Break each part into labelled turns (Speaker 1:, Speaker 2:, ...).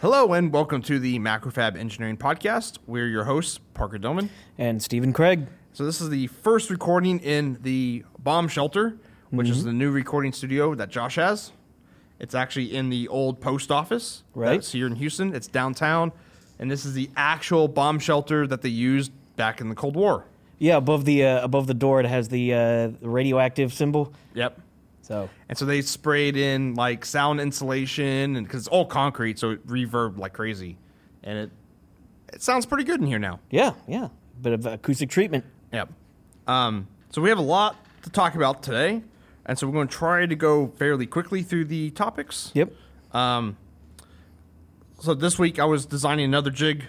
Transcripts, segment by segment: Speaker 1: Hello and welcome to the Macrofab Engineering Podcast. We're your hosts, Parker Doman.
Speaker 2: And Stephen Craig.
Speaker 1: So this is the first recording in the bomb shelter, which is the new recording studio that Josh has. It's actually in the old post office.
Speaker 2: Right.
Speaker 1: That's here in Houston. It's downtown. And this is the actual bomb shelter that they used back in the Cold War.
Speaker 2: Yeah, above the uh, above the door, it has the uh, radioactive symbol.
Speaker 1: Yep.
Speaker 2: So
Speaker 1: And so they sprayed in like sound insulation and because it's all concrete, so it reverb like crazy. And it it sounds pretty good in here now.
Speaker 2: yeah, yeah, bit of acoustic treatment.
Speaker 1: Yep. Um, so we have a lot to talk about today, and so we're going to try to go fairly quickly through the topics.
Speaker 2: Yep.
Speaker 1: Um, so this week I was designing another jig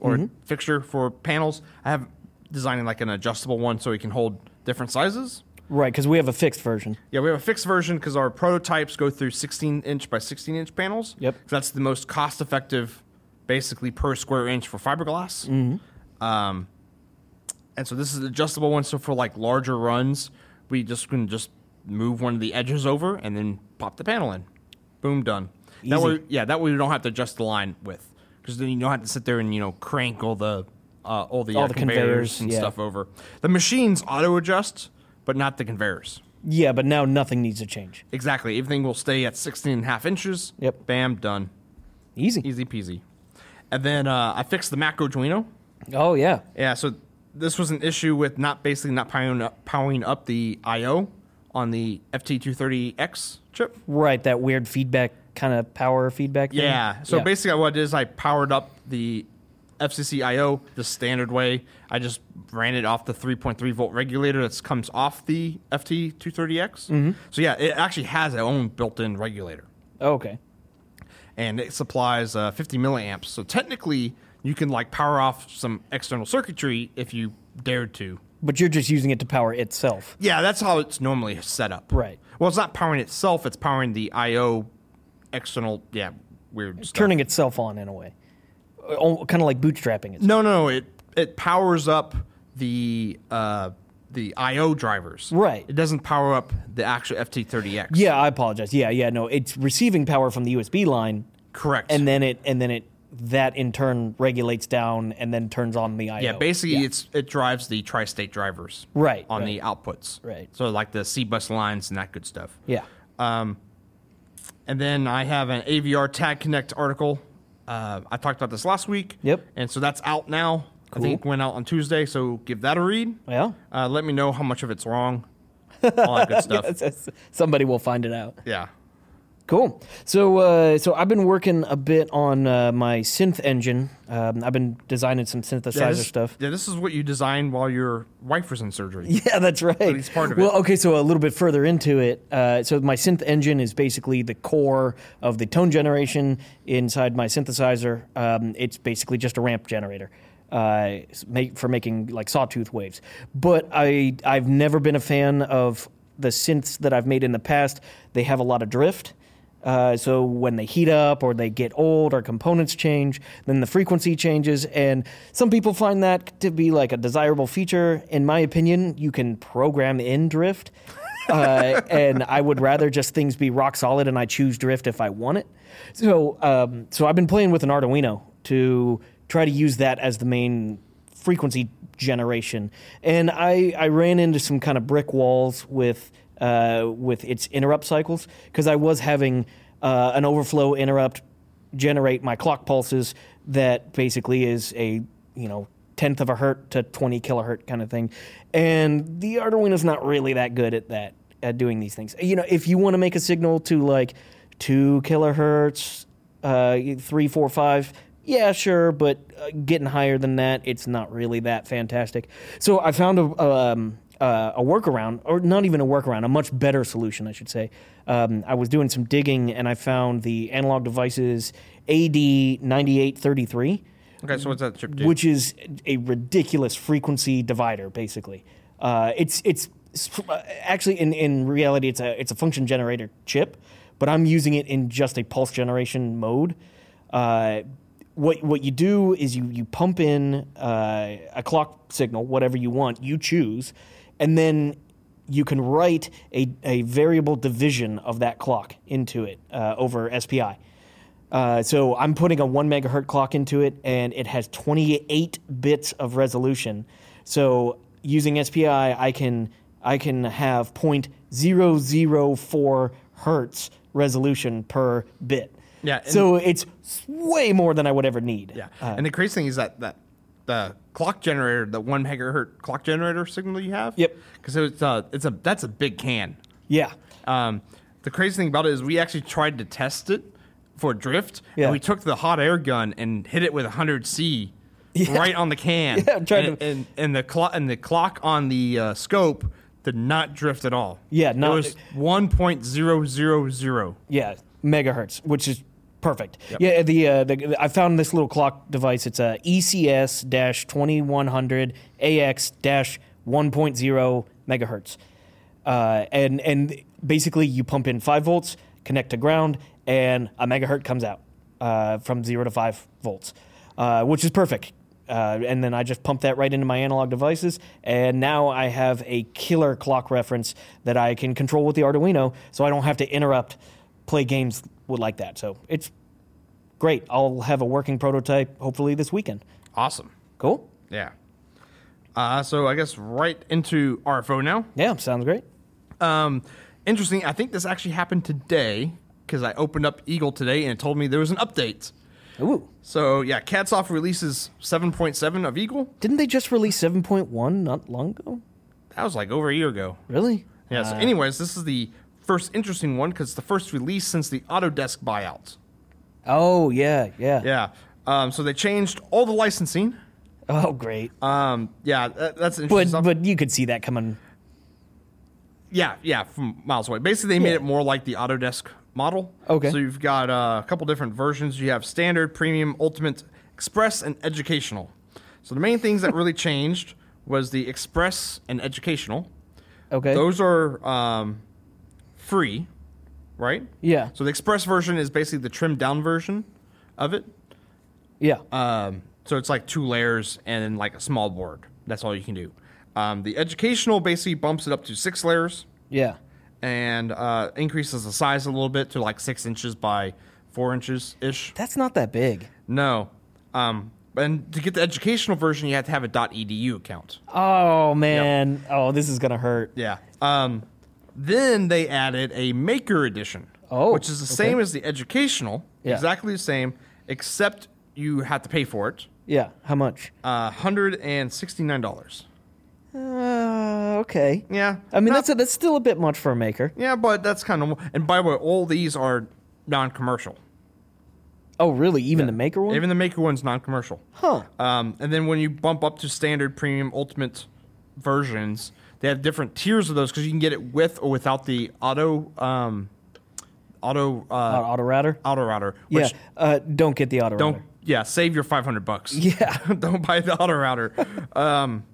Speaker 1: or fixture for panels. I have designing like an adjustable one so it can hold different sizes.
Speaker 2: Right, because we have a fixed version.
Speaker 1: Yeah, we have a fixed version because our prototypes go through 16 inch by 16 inch panels.
Speaker 2: Yep.
Speaker 1: So that's the most cost effective, basically per square inch for fiberglass.
Speaker 2: Mm-hmm.
Speaker 1: Um, and so this is an adjustable one. So for like larger runs, we just can just move one of the edges over and then pop the panel in. Boom, done. That
Speaker 2: Easy.
Speaker 1: way, yeah, that way we don't have to adjust the line width because then you don't have to sit there and you know crank all the uh, all the,
Speaker 2: All
Speaker 1: uh,
Speaker 2: the
Speaker 1: conveyors,
Speaker 2: conveyors,
Speaker 1: and
Speaker 2: yeah.
Speaker 1: stuff over. The machines auto adjust, but not the conveyors.
Speaker 2: Yeah, but now nothing needs to change.
Speaker 1: Exactly. Everything will stay at 16 and a half inches.
Speaker 2: Yep.
Speaker 1: Bam, done.
Speaker 2: Easy.
Speaker 1: Easy peasy. And then uh, I fixed the Mac Arduino.
Speaker 2: Oh yeah.
Speaker 1: Yeah, so this was an issue with not basically not powering up, powering up the I.O. on the FT230X chip.
Speaker 2: Right, that weird feedback kind of power feedback. Thing.
Speaker 1: Yeah. So basically, what I did is I powered up the FCC I/O the standard way. I just ran it off the 3.3 volt regulator that comes off the FT230X. So yeah, it actually has its own built-in regulator,
Speaker 2: Oh, okay.
Speaker 1: and it supplies uh, 50 milliamps. So technically, you can like power off some external circuitry if you dared to.
Speaker 2: But you're just using it to power itself.
Speaker 1: Yeah, that's how it's normally set up.
Speaker 2: Right.
Speaker 1: Well, it's not powering itself; it's powering the I/O external. Yeah, weird. stuff.
Speaker 2: Turning itself on in a way. Kind of like bootstrapping it.
Speaker 1: No, no, it it powers up the uh, the I/O drivers.
Speaker 2: Right.
Speaker 1: It doesn't power up the actual FT30X.
Speaker 2: Yeah, I apologize. Yeah, yeah, no, it's receiving power from the USB line
Speaker 1: Correct.
Speaker 2: and then it and then it that in turn regulates down and then turns on the IO.
Speaker 1: yeah, basically, it's it drives the tri-state drivers.
Speaker 2: Right,
Speaker 1: On
Speaker 2: right.
Speaker 1: the outputs.
Speaker 2: Right.
Speaker 1: So like the C bus lines and that good stuff.
Speaker 2: yeah.
Speaker 1: And then I have an AVR Tag Connect article. Uh, I talked about this last week.
Speaker 2: Yep.
Speaker 1: And so that's out now. I think it went out on Tuesday. So give that a read.
Speaker 2: Well,
Speaker 1: Uh, let me know how much of it's wrong. All that good stuff.
Speaker 2: that's- that's- somebody will find it out.
Speaker 1: Yeah.
Speaker 2: Cool. So, uh, so I've been working a bit on uh, my synth engine. Um, I've been designing some synthesizer
Speaker 1: yeah, this,
Speaker 2: stuff.
Speaker 1: Yeah, this is what you designed while your wife was in surgery.
Speaker 2: Yeah, that's right.
Speaker 1: least part of it.
Speaker 2: well, okay, so a little bit further into it. Uh, so my synth engine is basically the core of the tone generation inside my synthesizer. Um, it's basically just a ramp generator uh, s- make, for making like sawtooth waves. But I I've never been a fan of the synths that I've made in the past. They have a lot of drift. Uh, so when they heat up or they get old or components change, then the frequency changes. And some people find that to be like a desirable feature. In my opinion, you can program in drift. Uh, and I would rather just things be rock solid and I choose drift if I want it. So, um, so I've been playing with an Arduino to try to use that as the main frequency generation. And I, I ran into some kind of brick walls with uh, with its interrupt cycles because I was having uh, an overflow interrupt generate my clock pulses that basically is a you know tenth of a hertz to twenty kilohertz kind of thing, and the Arduino's not really that good at that at doing these things. You know, if you want to make a signal to like two kilohertz uh, three, four, five. Yeah, sure, but uh, getting higher than that, it's not really that fantastic. So I found a um, uh, a workaround, or not even a workaround, a much better solution, I should say. Um, I was doing some digging and I found the Analog Devices AD9833,
Speaker 1: Okay, so what's that chip do?
Speaker 2: which is a ridiculous frequency divider, basically. Uh, it's it's s- actually in, in reality it's a it's a function generator chip, but I'm using it in just a pulse generation mode. Uh, what what you do is you you pump in uh, a clock signal, whatever you want, you choose, and then you can write a, a variable division of that clock into it uh, over SPI. Uh, so I'm putting a one megahertz clock into it, and it has 28 bits of resolution. So using SPI, I can I can have 0.004 hertz resolution per bit.
Speaker 1: Yeah, and-
Speaker 2: So it's way more than I would ever need. Uh,
Speaker 1: Yeah, and the crazy thing is that that the clock generator, the one megahertz clock generator signal you have.
Speaker 2: Yep.
Speaker 1: Because it's uh, it's a that's a big can.
Speaker 2: Yeah.
Speaker 1: Um, the crazy thing about it is we actually tried to test it for drift,
Speaker 2: Yeah.
Speaker 1: and we took the hot air gun and hit it with 100C right on the can.
Speaker 2: Yeah, I'm trying
Speaker 1: and,
Speaker 2: to-
Speaker 1: and, and the clock and the clock on the uh, scope did not drift at all.
Speaker 2: Yeah, not-
Speaker 1: it was 1.000.
Speaker 2: Yeah, megahertz, which is perfect. Yeah, the, uh, the I found this little clock device. It's a E ECS 2100 AX 1.0 megahertz, uh, and and basically you pump in five volts, connect to ground, and a megahertz comes out uh, from zero to five volts, uh, which is perfect. Uh, and then I just pump that right into my analog devices, and now I have a killer clock reference that I can control with the Arduino, so I don't have to interrupt play games with like that. So it's great. I'll have a working prototype hopefully this weekend.
Speaker 1: Awesome.
Speaker 2: Cool.
Speaker 1: Yeah. Uh, so I guess right into RFO now.
Speaker 2: Yeah, sounds great.
Speaker 1: Um, interesting. I think this actually happened today because I opened up Eagle today and it told me there was an update.
Speaker 2: Ooh,
Speaker 1: So yeah, Catsoft releases 7.7 of Eagle.
Speaker 2: didn't they just release 7.1 not long ago?
Speaker 1: That was like over a year ago.
Speaker 2: Really? Uh,
Speaker 1: Yeah. so anyways, this is the first interesting one because it's the first release since the Autodesk buyout.
Speaker 2: Oh yeah, yeah.
Speaker 1: Yeah. Um, so they changed all the licensing.
Speaker 2: Oh great.
Speaker 1: Um, yeah, that, that's interesting.
Speaker 2: but
Speaker 1: stuff.
Speaker 2: but you could see that coming.
Speaker 1: Yeah, yeah, from miles away. Basically, they made
Speaker 2: Yeah.
Speaker 1: it more like the Autodesk model.
Speaker 2: Okay.
Speaker 1: So you've got uh, a couple different versions. You have standard, premium, ultimate, express, and educational. So the main things that really changed was the express and educational.
Speaker 2: Okay.
Speaker 1: Those are um, free, right?
Speaker 2: yeah.
Speaker 1: So the express version is basically the trimmed down version of it.
Speaker 2: Yeah.
Speaker 1: Um, so it's like two layers and then like a small board. That's all you can do. Um, the educational basically bumps it up to six layers
Speaker 2: yeah.
Speaker 1: and uh, increases the size a little bit to like six inches by four inches ish.
Speaker 2: That's not that big.
Speaker 1: No, um, and to get the educational version, you have to have a .edu account.
Speaker 2: Oh man. Oh, this is gonna hurt.
Speaker 1: Yeah. Um, then they added a maker edition,
Speaker 2: Oh,
Speaker 1: which is the
Speaker 2: okay.
Speaker 1: same as the educational,
Speaker 2: Yeah.
Speaker 1: exactly the same, except you have to pay for it,
Speaker 2: Yeah. How much?
Speaker 1: uh, hundred and sixty nine dollars.
Speaker 2: Uh, okay.
Speaker 1: Yeah.
Speaker 2: I mean
Speaker 1: Not-
Speaker 2: that's a, that's still a bit much for a maker.
Speaker 1: yeah, but that's kind of and by the way, all these are non commercial.
Speaker 2: Oh really? Even the maker one?
Speaker 1: Even the maker one's non-commercial.
Speaker 2: Huh.
Speaker 1: Um, and then when you bump up to standard, premium, ultimate versions, they have different tiers of those because you can get it with or without the auto, um, auto, uh,
Speaker 2: Uh,
Speaker 1: auto,
Speaker 2: auto router.
Speaker 1: router. Which
Speaker 2: Yeah. Uh, don't get the auto
Speaker 1: Don't
Speaker 2: router.
Speaker 1: yeah, save your five hundred bucks.
Speaker 2: Yeah.
Speaker 1: don't buy the auto router. um,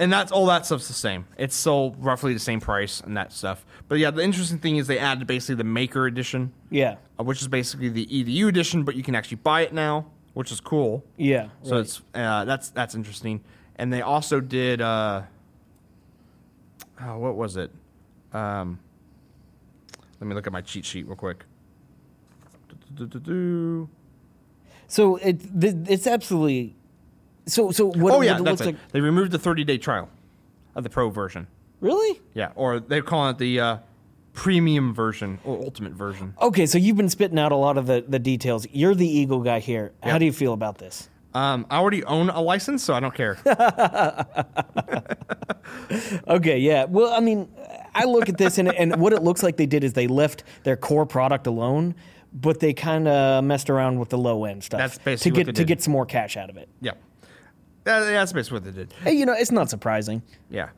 Speaker 1: and that's all that stuff's the same. It's still roughly the same price and that stuff. But yeah, the interesting thing is they added basically the maker edition
Speaker 2: Yeah.
Speaker 1: uh, which is basically the EDU edition, but you can actually buy it now, which is cool.
Speaker 2: Yeah.
Speaker 1: So it's uh, that's that's interesting. And they also did uh, oh, what was it? Um, let me look at my cheat sheet real quick. Du-du-du-du-du.
Speaker 2: So it th- it's absolutely. So so what?
Speaker 1: Oh yeah,
Speaker 2: what
Speaker 1: that's
Speaker 2: looks
Speaker 1: it. They removed the 30-day trial of the pro version.
Speaker 2: Really?
Speaker 1: Yeah, or they're calling it the uh, premium version or ultimate version.
Speaker 2: Okay, so you've been spitting out a lot of the, the details. You're the eagle guy here. How
Speaker 1: Yep.
Speaker 2: do you feel about this?
Speaker 1: Um, I already own a license, so I don't care.
Speaker 2: Okay, yeah. Well, I mean, I look at this and and what it looks like they did is they left their core product alone, but they kind of messed around with the low end stuff.
Speaker 1: That's
Speaker 2: to
Speaker 1: basically
Speaker 2: get
Speaker 1: what they
Speaker 2: to
Speaker 1: did.
Speaker 2: get some more cash out of it.
Speaker 1: yeah, That- that's basically what they did.
Speaker 2: Hey, you know, it's not surprising.
Speaker 1: Yeah.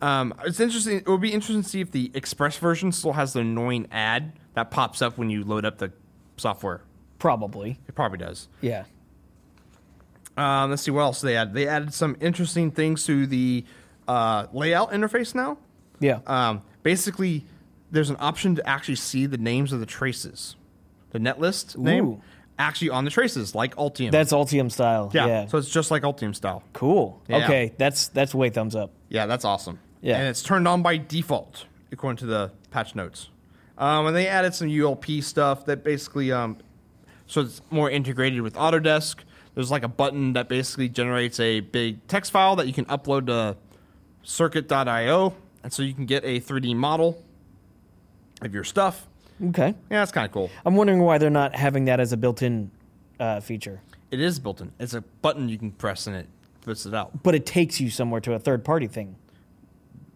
Speaker 1: Um, it's interesting. It would be interesting to see if the Express version still has the annoying ad that pops up when you load up the software.
Speaker 2: Probably.
Speaker 1: It probably does.
Speaker 2: Yeah.
Speaker 1: Um, let's see what else they added. They added some interesting things to the uh, layout interface now.
Speaker 2: Yeah.
Speaker 1: Um, basically, there's an option to actually see the names of the traces, the netlist name,
Speaker 2: Ooh.
Speaker 1: actually on the traces, like Altium.
Speaker 2: that's Altium style.
Speaker 1: yeah.
Speaker 2: Yeah.
Speaker 1: So it's just like Altium style.
Speaker 2: cool.
Speaker 1: Yeah.
Speaker 2: Okay, that's that's way thumbs up.
Speaker 1: Yeah, that's awesome.
Speaker 2: Yeah.
Speaker 1: And it's turned on by default, according to the patch notes. Um, and they added some ULP stuff that basically um, so it's more integrated with Autodesk. There's like a button that basically generates a big text file that you can upload to Circuit.io, and so you can get a 3D model of your stuff.
Speaker 2: Okay.
Speaker 1: Yeah, that's kind of cool.
Speaker 2: I'm wondering why they're not having that as a built-in uh, feature.
Speaker 1: It is built in. It's a button you can press and it puts it out.
Speaker 2: But it takes you somewhere to a third-party thing.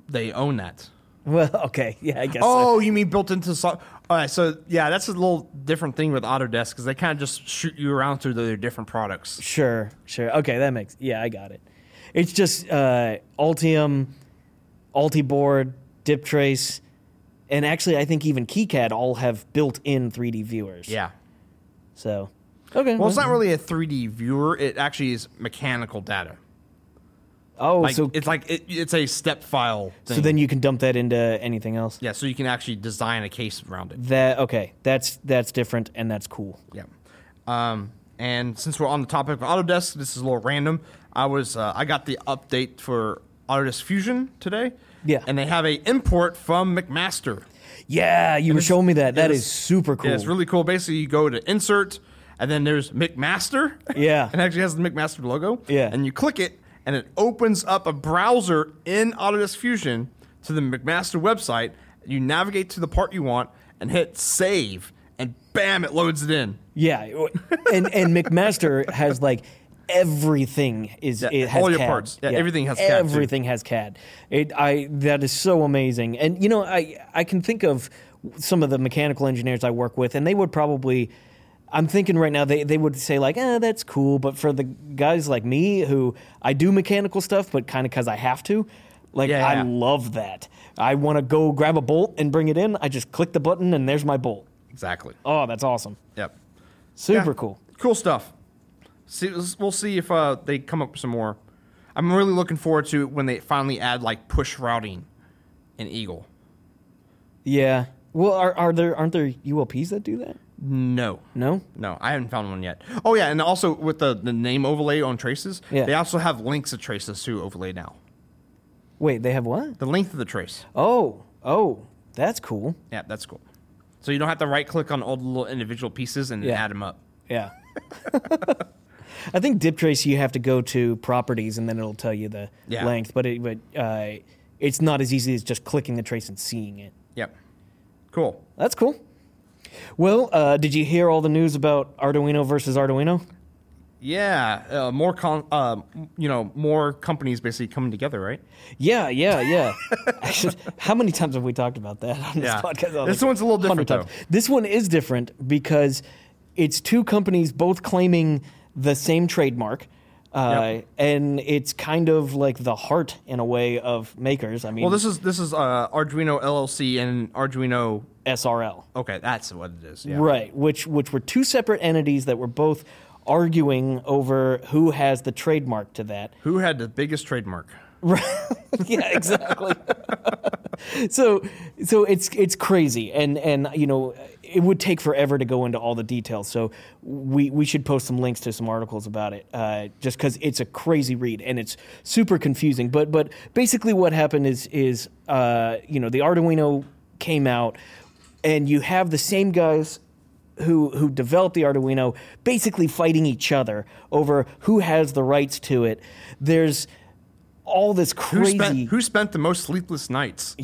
Speaker 1: They own that.
Speaker 2: Well, okay. Yeah, I guess. so.
Speaker 1: Oh, you mean built into so- All right, so yeah, that's a little different thing with Autodesk because they kind of just shoot you around through their different products.
Speaker 2: Sure, sure. Okay, that makes yeah, I got it. It's just uh, Altium, AltiBoard, DipTrace, and actually I think even KiCad all have built-in 3D viewers.
Speaker 1: Yeah.
Speaker 2: So okay.
Speaker 1: Well, it's not really a 3D viewer. It actually is mechanical data.
Speaker 2: oh,
Speaker 1: Like,
Speaker 2: so
Speaker 1: it's like it, it's a step file. Thing.
Speaker 2: so then you can dump that into anything else.
Speaker 1: yeah, so you can actually design a case around it.
Speaker 2: That okay. That's that's different and that's cool.
Speaker 1: Yeah. Um, and since we're on the topic of Autodesk, this is a little random. I was uh, I got the update for Autodesk Fusion today.
Speaker 2: Yeah.
Speaker 1: And they have a import from McMaster.
Speaker 2: Yeah, you were showing me that. That
Speaker 1: it
Speaker 2: is
Speaker 1: was-
Speaker 2: super cool.
Speaker 1: Yeah, it's really cool. Basically, you go to insert, and then there's McMaster.
Speaker 2: Yeah.
Speaker 1: it actually has the McMaster logo.
Speaker 2: Yeah.
Speaker 1: And you click it, and it opens up a browser in Autodesk Fusion to the McMaster website. You navigate to the part you want and hit save, and bam, it loads it in.
Speaker 2: Yeah, and and McMaster has like everything is
Speaker 1: Yeah,
Speaker 2: it has
Speaker 1: all your
Speaker 2: CAD.
Speaker 1: parts. Yeah, everything has CAD, too.
Speaker 2: Everything has CAD. It, I that is so amazing, and you know I I can think of some of the mechanical engineers I work with, and they would probably. I'm thinking right now they, they would say like, eh, that's cool, but for the guys like me who I do mechanical stuff, but kind of because I have to, like
Speaker 1: Yeah,
Speaker 2: I
Speaker 1: yeah.
Speaker 2: love that. I want to go grab a bolt and bring it in. I just click the button and there's my bolt.
Speaker 1: Exactly.
Speaker 2: Oh, that's awesome!
Speaker 1: Yep.
Speaker 2: Super
Speaker 1: Yeah.
Speaker 2: cool.
Speaker 1: Cool stuff. See, we'll see if uh, they come up with some more. I'm really looking forward to when they finally add like push routing in Eagle.
Speaker 2: Yeah. Well, are are there aren't there ULPs that do that?
Speaker 1: No.
Speaker 2: No.
Speaker 1: No, I haven't found one yet. Oh yeah, and also with the, the name overlay on traces,
Speaker 2: Yeah.
Speaker 1: they also have links of traces to overlay now.
Speaker 2: Wait, they have what?
Speaker 1: The length of the trace.
Speaker 2: Oh, oh, that's cool.
Speaker 1: Yeah, that's cool. So you don't have to right click on all the little individual pieces and then
Speaker 2: Yeah.
Speaker 1: add them up.
Speaker 2: Yeah. I think DipTrace you have to go to properties and then it'll tell you the
Speaker 1: Yeah.
Speaker 2: length, but it but uh, it's not as easy as just clicking the trace and seeing it.
Speaker 1: Yep. Cool.
Speaker 2: That's cool. Well, uh, did you hear all the news about Arduino versus Arduino?
Speaker 1: Yeah, uh, more con- uh, you know, more companies basically coming together, right?
Speaker 2: Yeah, yeah, yeah. How many times have we talked about that on this
Speaker 1: Yeah.
Speaker 2: podcast?
Speaker 1: This one's a little different,
Speaker 2: 100 This one is different because it's two companies both claiming the same trademark. Uh, And it's kind of like the heart, in a way, of makers. I mean,
Speaker 1: Well, this is this is uh, Arduino LLC and Arduino.
Speaker 2: SRL.
Speaker 1: Okay, that's what it is. Yeah.
Speaker 2: Right, which which were two separate entities that were both arguing over who has the trademark to that.
Speaker 1: Who had the biggest trademark?
Speaker 2: Right. yeah, exactly. so so it's it's crazy and and you know it would take forever to go into all the details. So we we should post some links to some articles about it uh, just cuz it's a crazy read and it's super confusing. But but basically what happened is is uh, you know the Arduino came out and you have the same guys who who developed the Arduino basically fighting each other over who has the rights to it. There's all this
Speaker 1: Who
Speaker 2: crazy.
Speaker 1: spent, who spent the most sleepless nights?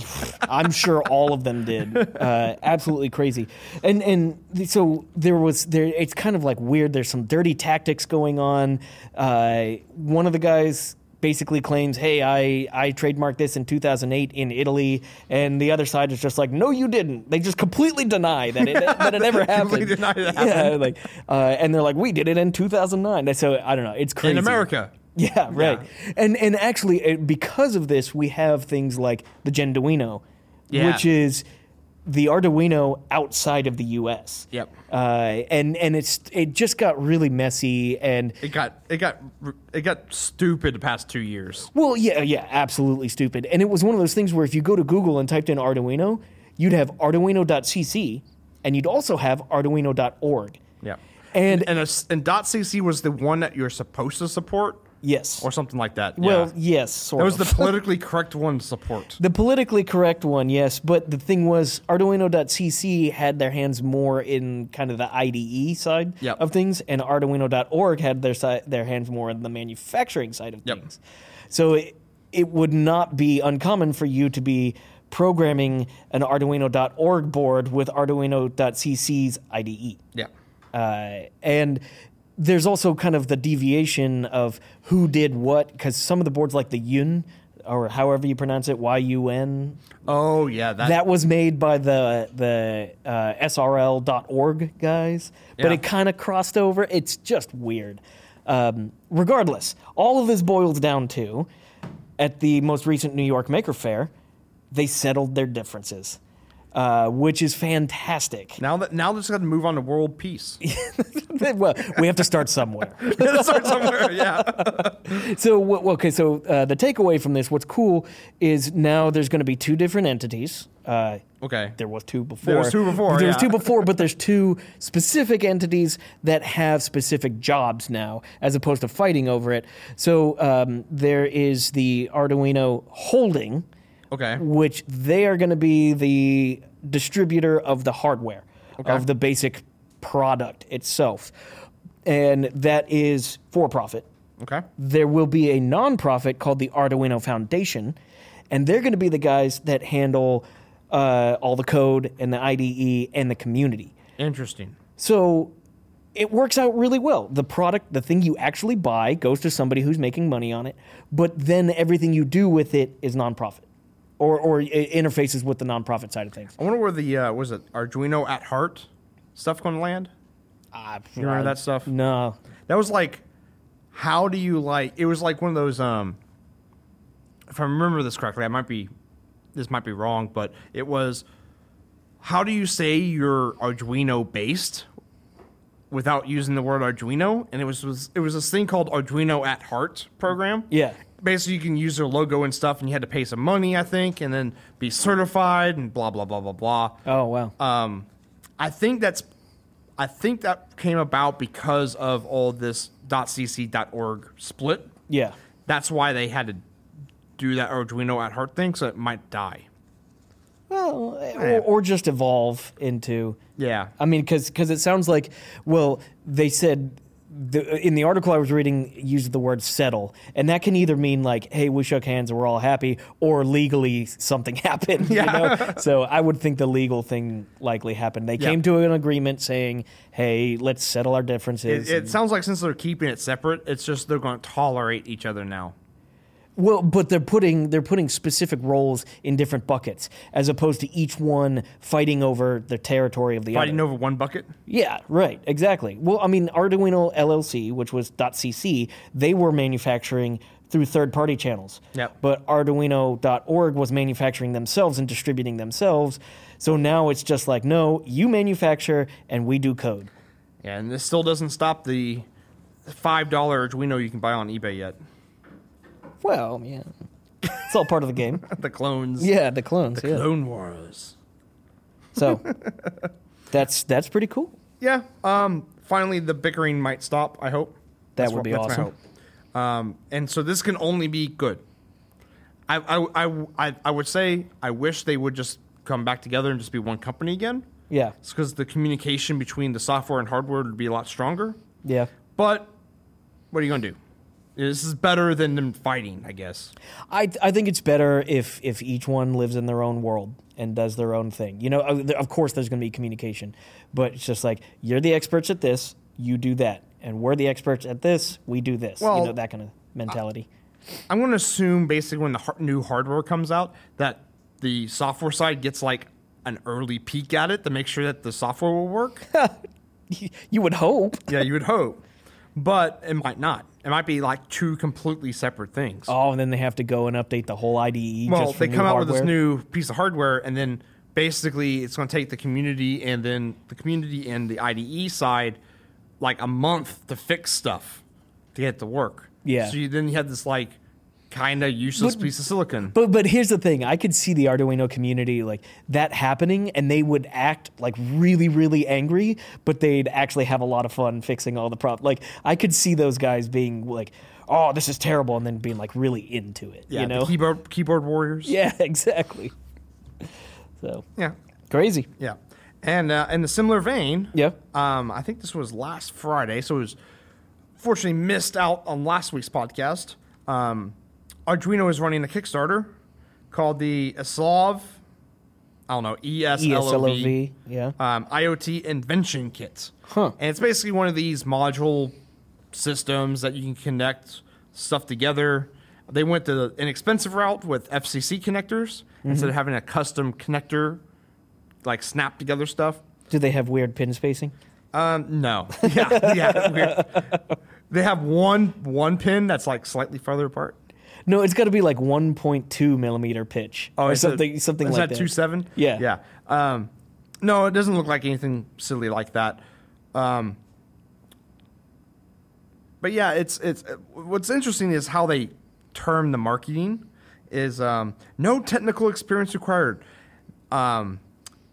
Speaker 2: I'm sure all of them did. Uh, absolutely crazy. And and th- so there was there. It's kind of like weird. There's some dirty tactics going on. Uh, one of the guys basically claims, "Hey, I I trademarked this in 2008 in Italy," and the other side is just like, "No, you didn't." They just completely deny that it that it ever happened.
Speaker 1: Completely deny it
Speaker 2: Yeah, like, uh, and they're like, "We did it in 2009." So I don't know. It's crazy
Speaker 1: In America.
Speaker 2: yeah, right. And and actually, uh, because of this, we have things like the Genduino,
Speaker 1: Yeah.
Speaker 2: which is the Arduino outside of the U.S.
Speaker 1: Yep.
Speaker 2: Uh, and and it's it just got really messy and
Speaker 1: It got it got r- it got stupid the past two years.
Speaker 2: well, yeah, yeah, absolutely stupid. And it was one of those things where if you go to Google and typed in Arduino, you'd have Arduino.cc, and you'd also have Arduino.org.
Speaker 1: Yeah,
Speaker 2: And
Speaker 1: and a s and .cc was the one that you're supposed to support,
Speaker 2: Yes.
Speaker 1: or something like that.
Speaker 2: well,
Speaker 1: yeah.
Speaker 2: yes, sort
Speaker 1: that was
Speaker 2: of.
Speaker 1: the politically correct one to support.
Speaker 2: The politically correct one, yes, but the thing was Arduino.cc had their hands more in kind of the IDE side
Speaker 1: Yep.
Speaker 2: of things, and Arduino.org had their si- their hands more in the manufacturing side of
Speaker 1: Yep.
Speaker 2: things. So it, it would not be uncommon for you to be programming an Arduino.org board with Arduino.cc's IDE.
Speaker 1: Yeah,
Speaker 2: Uh, and there's also kind of the deviation of who did what, because some of the boards, like the Yun, or however you pronounce it, Y U N,
Speaker 1: oh yeah, that,
Speaker 2: that was made by the the uh, SRL.org guys, but
Speaker 1: Yeah.
Speaker 2: it kind of crossed over. It's just weird. Um, regardless, all of this boils down to at the most recent New York Maker Fair, they settled their differences, uh, which is fantastic.
Speaker 1: now that now that's got to move on to world peace.
Speaker 2: well, we have to start somewhere.
Speaker 1: Gotta start somewhere. Yeah,
Speaker 2: so wh- okay so uh, the takeaway from this what's cool is now there's going to be two different entities uh,
Speaker 1: okay.
Speaker 2: there was two before.
Speaker 1: was two before,
Speaker 2: There was
Speaker 1: yeah.
Speaker 2: two before, but there's two specific entities that have specific jobs now, as opposed to fighting over it. So um, there is the Arduino holding,
Speaker 1: Okay.
Speaker 2: which they are going to be the distributor of the hardware of the basic product itself, and that is for profit
Speaker 1: Okay.
Speaker 2: there will be a nonprofit called the Arduino Foundation, and they're going to be the guys that handle uh, all the code and the IDE and the community.
Speaker 1: Interesting.
Speaker 2: So it works out really well. The product, the thing you actually buy, goes to somebody who's making money on it, but then everything you do with it is nonprofit or, or i- interfaces with the nonprofit side of things.
Speaker 1: I wonder where the uh, was it Arduino at heart stuff going to land.
Speaker 2: Uh,
Speaker 1: You remember that stuff?
Speaker 2: No.
Speaker 1: That was like, how do you like? It was like one of those. Um, if I remember this correctly, I might be, this might be wrong, but it was, how do you say you're Arduino based, without using the word Arduino? And it was, was it was this thing called Arduino at Heart program.
Speaker 2: Yeah.
Speaker 1: Basically, you can use their logo and stuff, and you had to pay some money, I think, and then be certified and blah blah blah blah blah.
Speaker 2: Oh, wow.
Speaker 1: Um, I think that's, I think that came about because of all this .cc.org split.
Speaker 2: yeah.
Speaker 1: That's why they had to do that Arduino at heart thing, so it might die.
Speaker 2: Well, or, or just evolve into.
Speaker 1: Yeah.
Speaker 2: I mean, because it sounds like, well, they said the, in the article I was reading used the word settle, and that can either mean like, hey, we shook hands and we're all happy, or legally something happened. You know? so I would think the legal thing likely happened. They
Speaker 1: Yeah.
Speaker 2: came to an agreement saying, hey, let's settle our differences.
Speaker 1: It, it sounds like since they're keeping it separate, it's just they're going to tolerate each other now.
Speaker 2: Well, but they're putting they're putting specific roles in different buckets, as opposed to each one fighting over the territory of the other.
Speaker 1: Fighting over one bucket?
Speaker 2: Yeah, right, exactly. Well, I mean, Arduino LLC, which was .cc, they were manufacturing through third-party channels.
Speaker 1: Yep.
Speaker 2: But Arduino.org was manufacturing themselves and distributing themselves. So now it's just like, no, you manufacture and we do code.
Speaker 1: Yeah, and this still doesn't stop the $5 Arduino you can buy on eBay yet.
Speaker 2: Well, yeah, it's all part of the game.
Speaker 1: The clones.
Speaker 2: Yeah, the clones. yeah.
Speaker 1: Clone Wars.
Speaker 2: So that's that's pretty cool.
Speaker 1: Yeah. Um. Finally, the bickering might stop. I hope.
Speaker 2: That would be
Speaker 1: that's
Speaker 2: awesome.
Speaker 1: hope. Um. And so this can only be good. I, I, I, I, I would say I wish they would just come back together and just be one company again.
Speaker 2: Yeah,
Speaker 1: It's because the communication between the software and hardware would be a lot stronger.
Speaker 2: yeah.
Speaker 1: But what are you gonna do? This is better than them fighting, I guess.
Speaker 2: I, I think it's better if if each one lives in their own world and does their own thing. You know, of of course there's going to be communication, but it's just like you're the experts at this, you do that, and we're the experts at this, we do this. you
Speaker 1: Well,
Speaker 2: know that kind of mentality.
Speaker 1: I'm gonna assume basically when the har- new hardware comes out that the software side gets like an early peek at it to make sure that the software will work.
Speaker 2: you would hope.
Speaker 1: Yeah, you would hope. But it might not. It might be like two completely separate things.
Speaker 2: Oh, and then they have to go and update the whole IDE.
Speaker 1: well,
Speaker 2: just for
Speaker 1: they
Speaker 2: new
Speaker 1: come out with this
Speaker 2: hardware.
Speaker 1: new piece of hardware, and then basically it's going to take the community and then the community and the IDE side like a month to fix stuff to get it to work.
Speaker 2: Yeah.
Speaker 1: So you, then you have this like kind of useless piece of silicon.
Speaker 2: But but here's the thing: I could see the Arduino community like that happening, and they would act like really really angry, but they'd actually have a lot of fun fixing all the problems. Like I could see those guys being like, "Oh, this is terrible," and then being like really into it.
Speaker 1: yeah,
Speaker 2: you
Speaker 1: the
Speaker 2: know?
Speaker 1: keyboard keyboard warriors.
Speaker 2: yeah, exactly. So
Speaker 1: yeah,
Speaker 2: crazy.
Speaker 1: yeah. And uh, in the similar vein,
Speaker 2: Yeah.
Speaker 1: Um, I think this was last Friday, so it was fortunately missed out on last week's podcast. Um, Arduino is running a Kickstarter called the Eslov, I don't know, E
Speaker 2: E
Speaker 1: ESLOV,
Speaker 2: ESLOV. Yeah.
Speaker 1: um, IoT Invention Kit.
Speaker 2: Huh.
Speaker 1: And it's basically one of these module systems that you can connect stuff together. They went the inexpensive route with FCC connectors instead of having a custom connector, like snap together stuff.
Speaker 2: Do they have weird pin spacing?
Speaker 1: Um, no. Yeah, yeah. weird. They have one one pin that's like slightly farther apart.
Speaker 2: No, it's got to be like 1.2 millimeter pitch or
Speaker 1: Oh, is it-
Speaker 2: something, something
Speaker 1: is
Speaker 2: like
Speaker 1: that two seven?
Speaker 2: Yeah.
Speaker 1: yeah. Um, no, it doesn't look like anything silly like that. Um, but yeah, it's it's what's interesting is how they term the marketing is um, no technical experience required. Um,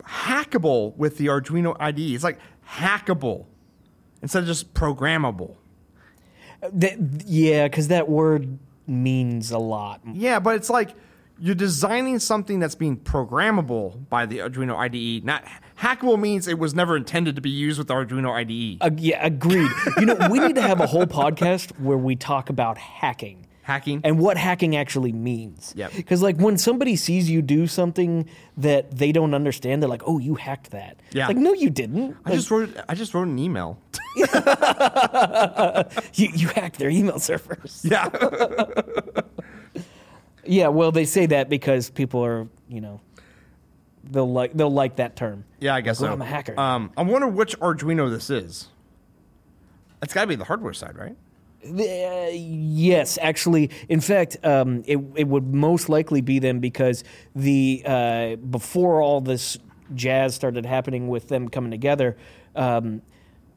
Speaker 1: hackable with the Arduino IDE. It's like hackable instead of just programmable.
Speaker 2: That, yeah, because that word means a lot.
Speaker 1: Yeah, but it's like you're designing something that's being programmable by the Arduino IDE. Not hackable means it was never intended to be used with the Arduino E. IDE.
Speaker 2: Uh, yeah, agreed. you know, we need to have a whole podcast where we talk about hacking
Speaker 1: Hacking.
Speaker 2: and what hacking actually means.
Speaker 1: Yep.
Speaker 2: Because like when somebody sees you do something that they don't understand, they're like, "Oh, you hacked that." It's
Speaker 1: Yeah.
Speaker 2: Like, no, you didn't.
Speaker 1: I just wrote. I just wrote an email.
Speaker 2: You, you hacked their email servers.
Speaker 1: Yeah,
Speaker 2: yeah. Well, they say that because people are, you know, they'll like they'll like that term.
Speaker 1: yeah. I guess
Speaker 2: Like, well,
Speaker 1: so.
Speaker 2: I'm a hacker.
Speaker 1: Um, I wonder which Arduino this is. It's got to be the hardware side, right?
Speaker 2: Uh, yes, actually, in fact, um, it it would most likely be them because the uh, before all this jazz started happening with them coming together, um,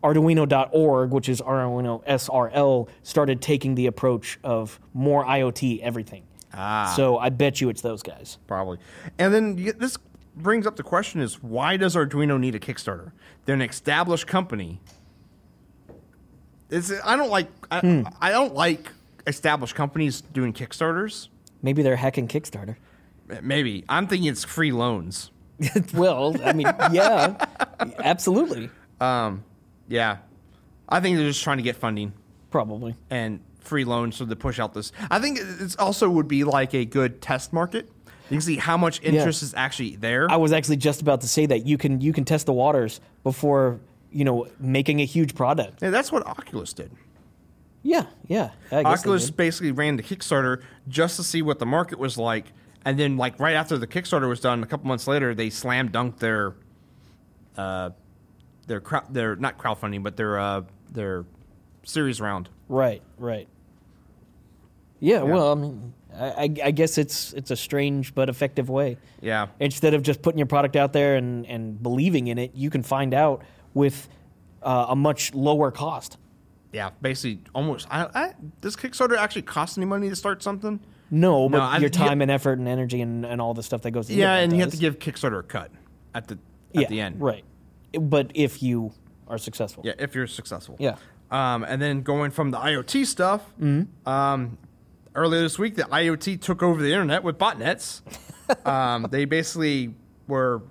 Speaker 2: Arduino.org, which is Arduino SRL, started taking the approach of more IoT everything.
Speaker 1: Ah.
Speaker 2: So I bet you it's those guys.
Speaker 1: Probably. And then you, this brings up the question: Is why does Arduino need a Kickstarter? They're an established company. It's, I don't like. I, I don't like established companies doing Kickstarters.
Speaker 2: Maybe they're hacking Kickstarter.
Speaker 1: Maybe I'm thinking it's free loans.
Speaker 2: well, I mean, yeah, absolutely,
Speaker 1: Um, Yeah, I think they're just trying to get funding
Speaker 2: probably.
Speaker 1: and free loans so they push out this. I think it's also would be like a good test market. You can see how much interest is actually there.
Speaker 2: I was actually just about to say that you can you can test the waters before you know making a huge product.
Speaker 1: Yeah, that's what Oculus did.
Speaker 2: Yeah, yeah. I guess they
Speaker 1: Oculus
Speaker 2: did.
Speaker 1: basically ran the Kickstarter just to see what the market was like, and then like right after the Kickstarter was done, a couple months later, they slam dunked their, uh, their crowd, their not crowdfunding, but their uh, their series round.
Speaker 2: Right, right. Yeah, Well, I mean, I, I, I guess it's it's a strange but effective way.
Speaker 1: Yeah,
Speaker 2: Instead of just putting your product out there and and believing in it, you can find out with uh, a much lower cost.
Speaker 1: yeah. Basically, almost. I, I does Kickstarter actually cost any money to start something?
Speaker 2: No, but
Speaker 1: I-
Speaker 2: your time and effort and energy and, and all the stuff that goes. into
Speaker 1: Yeah,
Speaker 2: that
Speaker 1: and you have to
Speaker 2: does.
Speaker 1: give Kickstarter a cut at the at
Speaker 2: yeah,
Speaker 1: the end.
Speaker 2: right. But if you are successful,
Speaker 1: Yeah, if you're successful.
Speaker 2: Yeah.
Speaker 1: Um, and then going from the IoT stuff,
Speaker 2: Mm-hmm.
Speaker 1: um, earlier this week, the IoT took over the internet with botnets. um, they basically were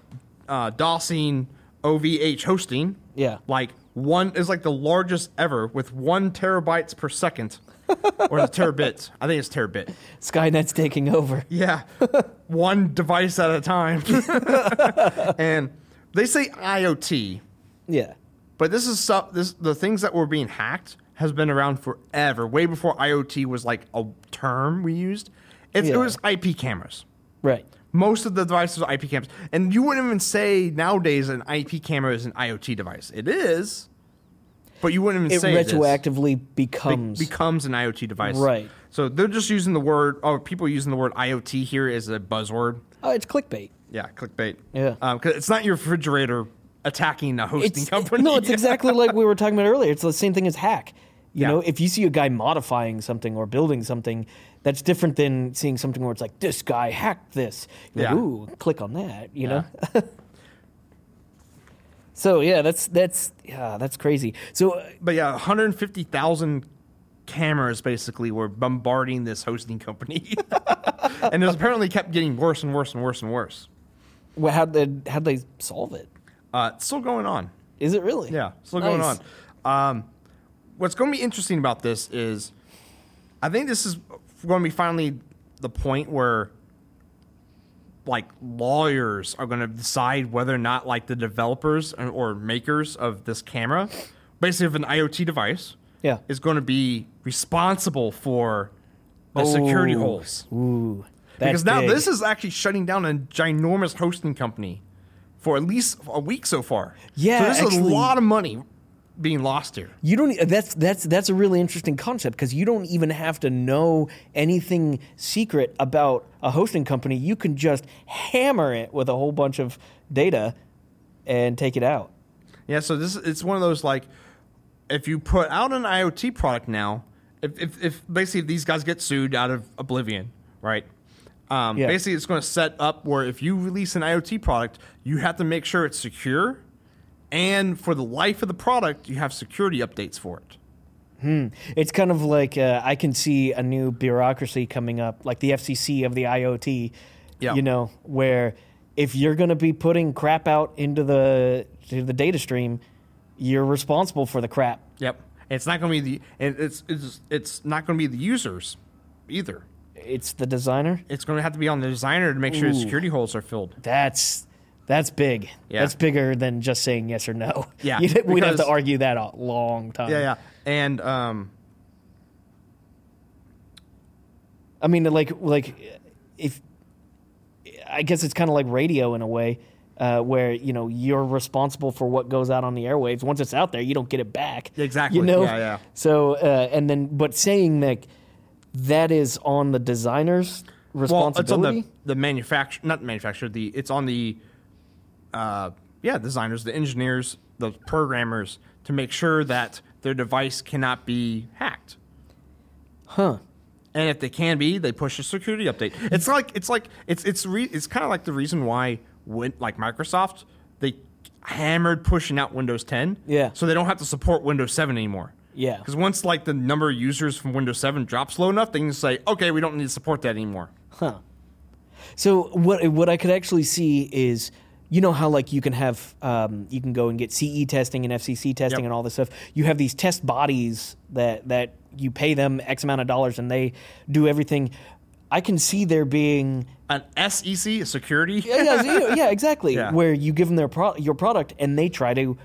Speaker 1: uh, DOSing OVH hosting.
Speaker 2: Yeah.
Speaker 1: Like one is like the largest ever with one terabytes per second, or the terabit. I think it's terabit.
Speaker 2: Skynet's taking over.
Speaker 1: Yeah. one device at a time. and they say IoT.
Speaker 2: Yeah.
Speaker 1: But this is stuff. This the things that were being hacked has been around forever, way before IoT was like a term we used. It's, It
Speaker 2: Yeah.
Speaker 1: was IP cameras.
Speaker 2: Right.
Speaker 1: Most of the devices are IP cameras, and you wouldn't even say nowadays an IP camera is an IoT device. It is, but you wouldn't even
Speaker 2: It
Speaker 1: say this.
Speaker 2: retroactively
Speaker 1: Be-
Speaker 2: becomes.
Speaker 1: becomes an IoT device,
Speaker 2: Right.
Speaker 1: So they're just using the word, or people using the word IoT here as a buzzword.
Speaker 2: oh, it's clickbait.
Speaker 1: Yeah, clickbait.
Speaker 2: Yeah.
Speaker 1: because it's not your refrigerator attacking a hosting
Speaker 2: It's
Speaker 1: company.
Speaker 2: no, it's exactly like we were talking about earlier. It's the same thing as hack. You
Speaker 1: Yeah.
Speaker 2: know, if you see a guy modifying something or building something, that's different than seeing something where it's like this guy hacked this. You're like,
Speaker 1: Yeah.
Speaker 2: Ooh, click on that.
Speaker 1: Yeah.
Speaker 2: You know. so yeah, that's that's yeah, that's crazy. So uh,
Speaker 1: But yeah, 150,000 cameras basically were bombarding this hosting company. and it was apparently kept getting worse and worse and worse and worse.
Speaker 2: wh- how'd they how'd they solve it?
Speaker 1: Uh, it's still going on.
Speaker 2: Is it really?
Speaker 1: Yeah, still
Speaker 2: Nice.
Speaker 1: going on. Um, what's going to be interesting about this is, I think this is going to be finally the point where, like, lawyers are going to decide whether or not, like, the developers or, or makers of this camera, basically of an IoT device,
Speaker 2: Yeah.
Speaker 1: is going to be responsible for the security
Speaker 2: Ooh.
Speaker 1: holes.
Speaker 2: Ooh.
Speaker 1: because now this is actually shutting down a ginormous hosting company for at least a week so far.
Speaker 2: Yeah,
Speaker 1: so there's
Speaker 2: actually-
Speaker 1: a lot of money being lost here.
Speaker 2: you don't e, that's that's that's a really interesting concept because you don't even have to know anything secret about a hosting company you can just hammer it with a whole bunch of data and take it out
Speaker 1: Yeah, so this it's one of those like if you put out an IoT product now, if if, if basically these guys get sued out of Oblivion, right? Um,
Speaker 2: Yeah.
Speaker 1: Basically, it's going to set up where if you release an IoT product, you have to make sure it's secure, and for the life of the product, you have security updates for it.
Speaker 2: it's kind of like uh, i can see a new bureaucracy coming up like the fcc of the iot
Speaker 1: Yeah.
Speaker 2: you know where if you're going to be putting crap out into the to the data stream you're responsible for the crap
Speaker 1: Yep, it's not going to be the and it's it's it's not going to be the users either.
Speaker 2: it's the designer
Speaker 1: It's going to have to be on the designer to make sure the security holes are filled.
Speaker 2: That's that's big.
Speaker 1: Yeah.
Speaker 2: That's bigger than just saying yes or no.
Speaker 1: Yeah,
Speaker 2: You'd- we'd have to
Speaker 1: because-
Speaker 2: argue that a long time.
Speaker 1: Yeah, yeah, and um,
Speaker 2: I mean, like like if I guess it's kind of like radio in a way, uh, where you know you're responsible for what goes out on the airwaves. Once it's out there, you don't get it back.
Speaker 1: Exactly.
Speaker 2: You know.
Speaker 1: Yeah, yeah.
Speaker 2: So uh, and then, but saying that that is on the designer's responsibility.
Speaker 1: Well, it's on the, the manufacturer, not the manufacturer. The it's on the, uh, yeah, designers, the engineers, the programmers to make sure that their device cannot be hacked.
Speaker 2: huh.
Speaker 1: And if they can be, they push a security update. It's like it's like it's it's re- it's kind of like the reason why when like Microsoft they hammered pushing out Windows 10.
Speaker 2: Yeah.
Speaker 1: So they don't have to support Windows 7 anymore.
Speaker 2: Yeah.
Speaker 1: Because once like the number of users from Windows 7 drops low enough, they can say, okay, we don't need to support that anymore.
Speaker 2: Huh. So what what I could actually see is you know how like you can have um, you can go and get CE testing and FCC testing
Speaker 1: Yep.
Speaker 2: and all this stuff. You have these test bodies that that you pay them X amount of dollars and they do everything. I can see there being
Speaker 1: An SEC, a security.
Speaker 2: yeah, yeah, yeah, yeah, exactly
Speaker 1: Yeah.
Speaker 2: where you give them their pro- your product and they try to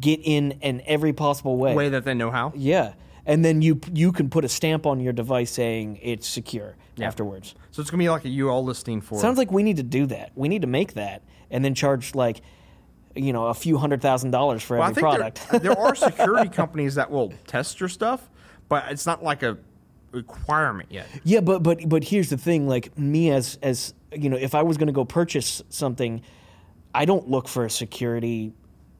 Speaker 2: get in in every possible way.
Speaker 1: way that they know how.
Speaker 2: Yeah. And then you you can put a stamp on your device saying it's secure afterwards.
Speaker 1: So it's gonna be like a UL listing for.
Speaker 2: Sounds like we need to do that. We need to make that and then charge like, you know, a few hundred thousand dollars for
Speaker 1: Well,
Speaker 2: every
Speaker 1: there- uh,
Speaker 2: product.
Speaker 1: There, are security companies that will test your stuff, but it's not like a requirement yet.
Speaker 2: yeah, but but but here's the thing. Like me as as you know, if I was going to go purchase something, I don't look for a security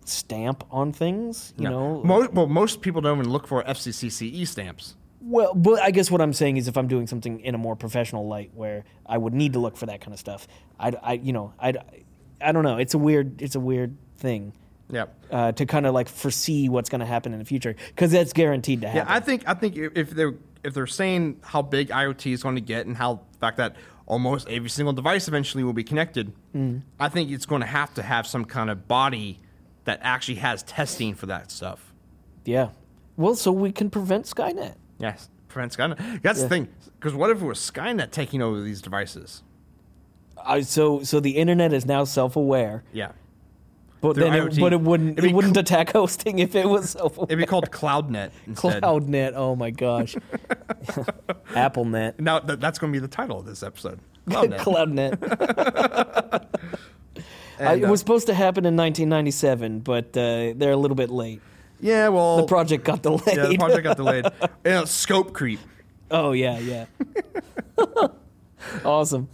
Speaker 2: stamp on things. You
Speaker 1: Yeah.
Speaker 2: know,
Speaker 1: Mo- well, most people don't even look for FCCCE E stamps.
Speaker 2: Well, but I guess what I'm saying is if I'm doing something in a more professional light where I would need to look for that kind of stuff, I'd, I, you know, I'd, I don't know. It's a weird, it's a weird thing
Speaker 1: Yeah.
Speaker 2: uh, to kind of like foresee what's going to happen in the future because that's guaranteed to
Speaker 1: Yeah,
Speaker 2: happen.
Speaker 1: I think I think if if they're if they're saying how big IoT is going to get and how the fact that almost every single device eventually will be connected, I think it's going to have to have some kind of body that actually has testing for that stuff.
Speaker 2: yeah. Well, so we can prevent Skynet.
Speaker 1: Yes, prevent Skynet. That's the thing, because what if it was Skynet taking over these devices?
Speaker 2: I so so the internet is now self-aware,
Speaker 1: Yeah,
Speaker 2: but
Speaker 1: Through
Speaker 2: then it,
Speaker 1: IoT.
Speaker 2: but it wouldn't
Speaker 1: It'd be
Speaker 2: it wouldn't
Speaker 1: cl-
Speaker 2: attack hosting if it was
Speaker 1: it'd
Speaker 2: self-aware.
Speaker 1: be called CloudNet instead.
Speaker 2: CloudNet. Oh my gosh. AppleNet.
Speaker 1: Now th- that's going to be the title of this episode. CloudNet.
Speaker 2: CloudNet. I-
Speaker 1: And,
Speaker 2: it
Speaker 1: uh,
Speaker 2: was supposed to happen in 1997, but uh, they're a little bit late.
Speaker 1: yeah, well,
Speaker 2: The project got delayed.
Speaker 1: yeah, the project got delayed. yeah, scope creep.
Speaker 2: oh yeah, yeah. awesome.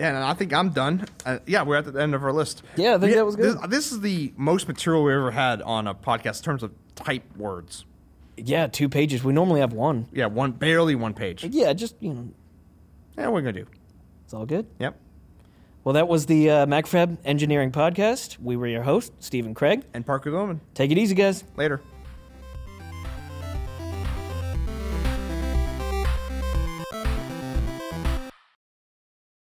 Speaker 1: Yeah, and I think I'm done. Uh, yeah, we're at the end of our list.
Speaker 2: Yeah, I think that was
Speaker 1: this-
Speaker 2: good.
Speaker 1: This, is the most material we ever had on a podcast in terms of type words.
Speaker 2: yeah, two pages. We normally have one.
Speaker 1: Yeah, one barely one page.
Speaker 2: Yeah, just you know,
Speaker 1: Yeah, we're gonna do.
Speaker 2: it's all good.
Speaker 1: Yep.
Speaker 2: Well, that was the uh, MacFab Engineering Podcast. We were your host, Stephen Craig.
Speaker 1: And Parker Goldman.
Speaker 2: Take it easy, guys.
Speaker 1: Later.